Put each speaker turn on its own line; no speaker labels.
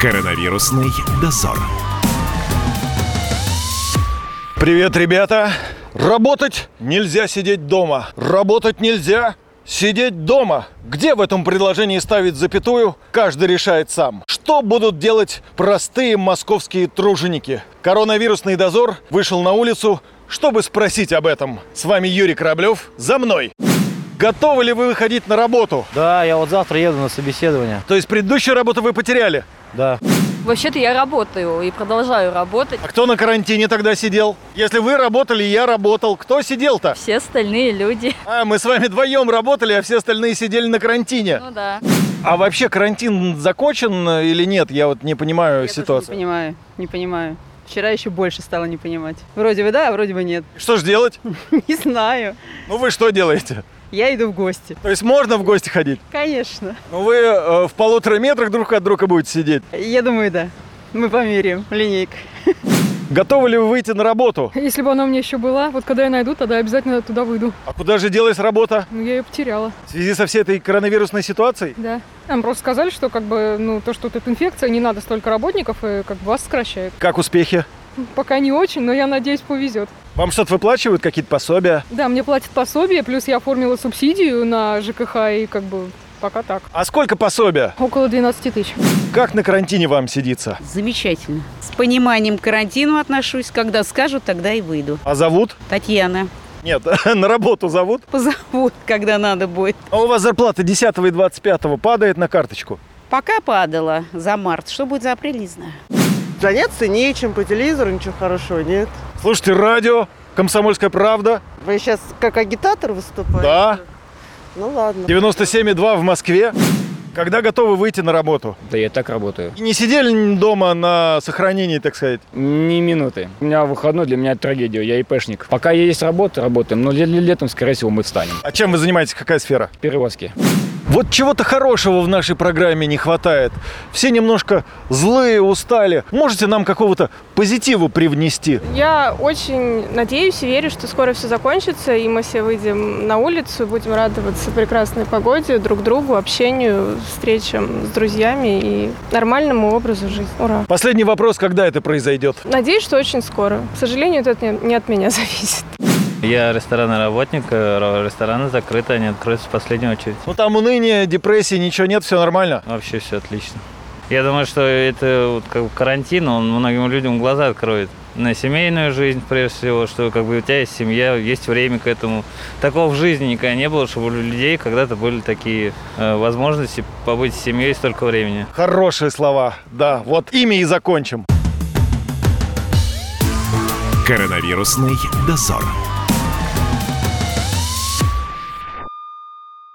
Коронавирусный дозор.
Привет, ребята! Работать нельзя сидеть дома. Работать нельзя сидеть дома. Где в этом предложении ставить запятую, каждый решает сам. Что будут делать простые московские труженики? Коронавирусный дозор вышел на улицу, чтобы спросить об этом. С вами Юрий Кораблев, за мной. Готовы ли вы выходить на работу?
Да, я вот завтра еду на собеседование.
То есть предыдущую работу вы потеряли?
Да.
Вообще-то я работаю и продолжаю работать.
А кто на карантине тогда сидел? Если вы работали, я работал. Кто сидел-то?
Все остальные люди.
А, мы с вами вдвоем работали, а все остальные сидели на карантине.
Ну да.
А вообще карантин закончен э, или нет? Я вот не понимаю ситуацию.
не понимаю, не понимаю. Вчера еще больше стала не понимать. Вроде бы да, а вроде бы нет.
Что же делать?
Не знаю.
Ну вы что делаете?
Я иду в гости.
То есть можно в гости ходить?
Конечно.
Ну вы э, в полутора метрах друг от друга будете сидеть.
Я думаю, да. Мы померяем линейкой.
Готовы ли вы выйти на работу?
Если бы она у меня еще была, вот когда я найду, тогда обязательно туда выйду.
А куда же делась работа?
Ну, я ее потеряла,
В связи со всей этой коронавирусной ситуацией?
да. Нам просто сказали, что как бы, ну, то, что тут инфекция, не надо столько работников, и как бы вас сокращают. Ну,
Как успехи?
Пока не очень, но я надеюсь, повезет.
Вам что-то выплачивают, какие-то пособия?
Да, мне платят пособие, плюс я оформила субсидию на ЖКХ, и как бы пока так.
А сколько пособия?
Около 12 тысяч.
Как на карантине вам сидится?
Замечательно. С пониманием к карантину отношусь. Когда скажут, тогда и выйду.
А зовут?
Татьяна,
Нет, на работу зовут.
позовут, когда надо будет.
А у вас зарплата 10 и 25 падает на карточку?
Пока падала за март. Что будет за апрель, не знаю.
Заняться нечем, по телевизору ничего хорошего нет.
Слушайте радио, «Комсомольская правда»,
Вы сейчас как агитатор выступаете?
да,
Ну ладно.
97,2 в Москве. Когда готовы выйти на работу?
Да я и так работаю.
И не сидели дома на сохранении, так сказать?
Ни минуты. У меня выходной для меня трагедия, я ИПшник. Пока есть работа, работаем, но ле- ле- летом, скорее всего, мы встанем.
А чем вы занимаетесь, какая сфера?
Перевозки.
Вот чего-то хорошего в нашей программе не хватает. Все немножко злые, устали. Можете нам какого-то позитива привнести?
Я очень надеюсь и верю, что скоро все закончится, и мы все выйдем на улицу, будем радоваться прекрасной погоде, друг другу, общению, встречам с друзьями и нормальному образу жизни. Ура!
Последний вопрос, когда это произойдет?
Надеюсь, что очень скоро. К сожалению, это не- не от меня зависит.
Я ресторанный работник, э, рестораны закрыты, они откроются в последнюю очередь.
Ну там уныние, депрессии, ничего нет, все нормально.
Вообще все отлично. Я думаю, что это вот как бы карантин, он многим людям глаза откроет. На семейную жизнь, прежде всего, что как бы у тебя есть семья, есть время к этому. Такого в жизни никогда не было, чтобы у людей когда-то были такие э, возможности побыть с семьей столько времени.
Хорошие слова. Да, вот ими и закончим.
Коронавирусный дозор.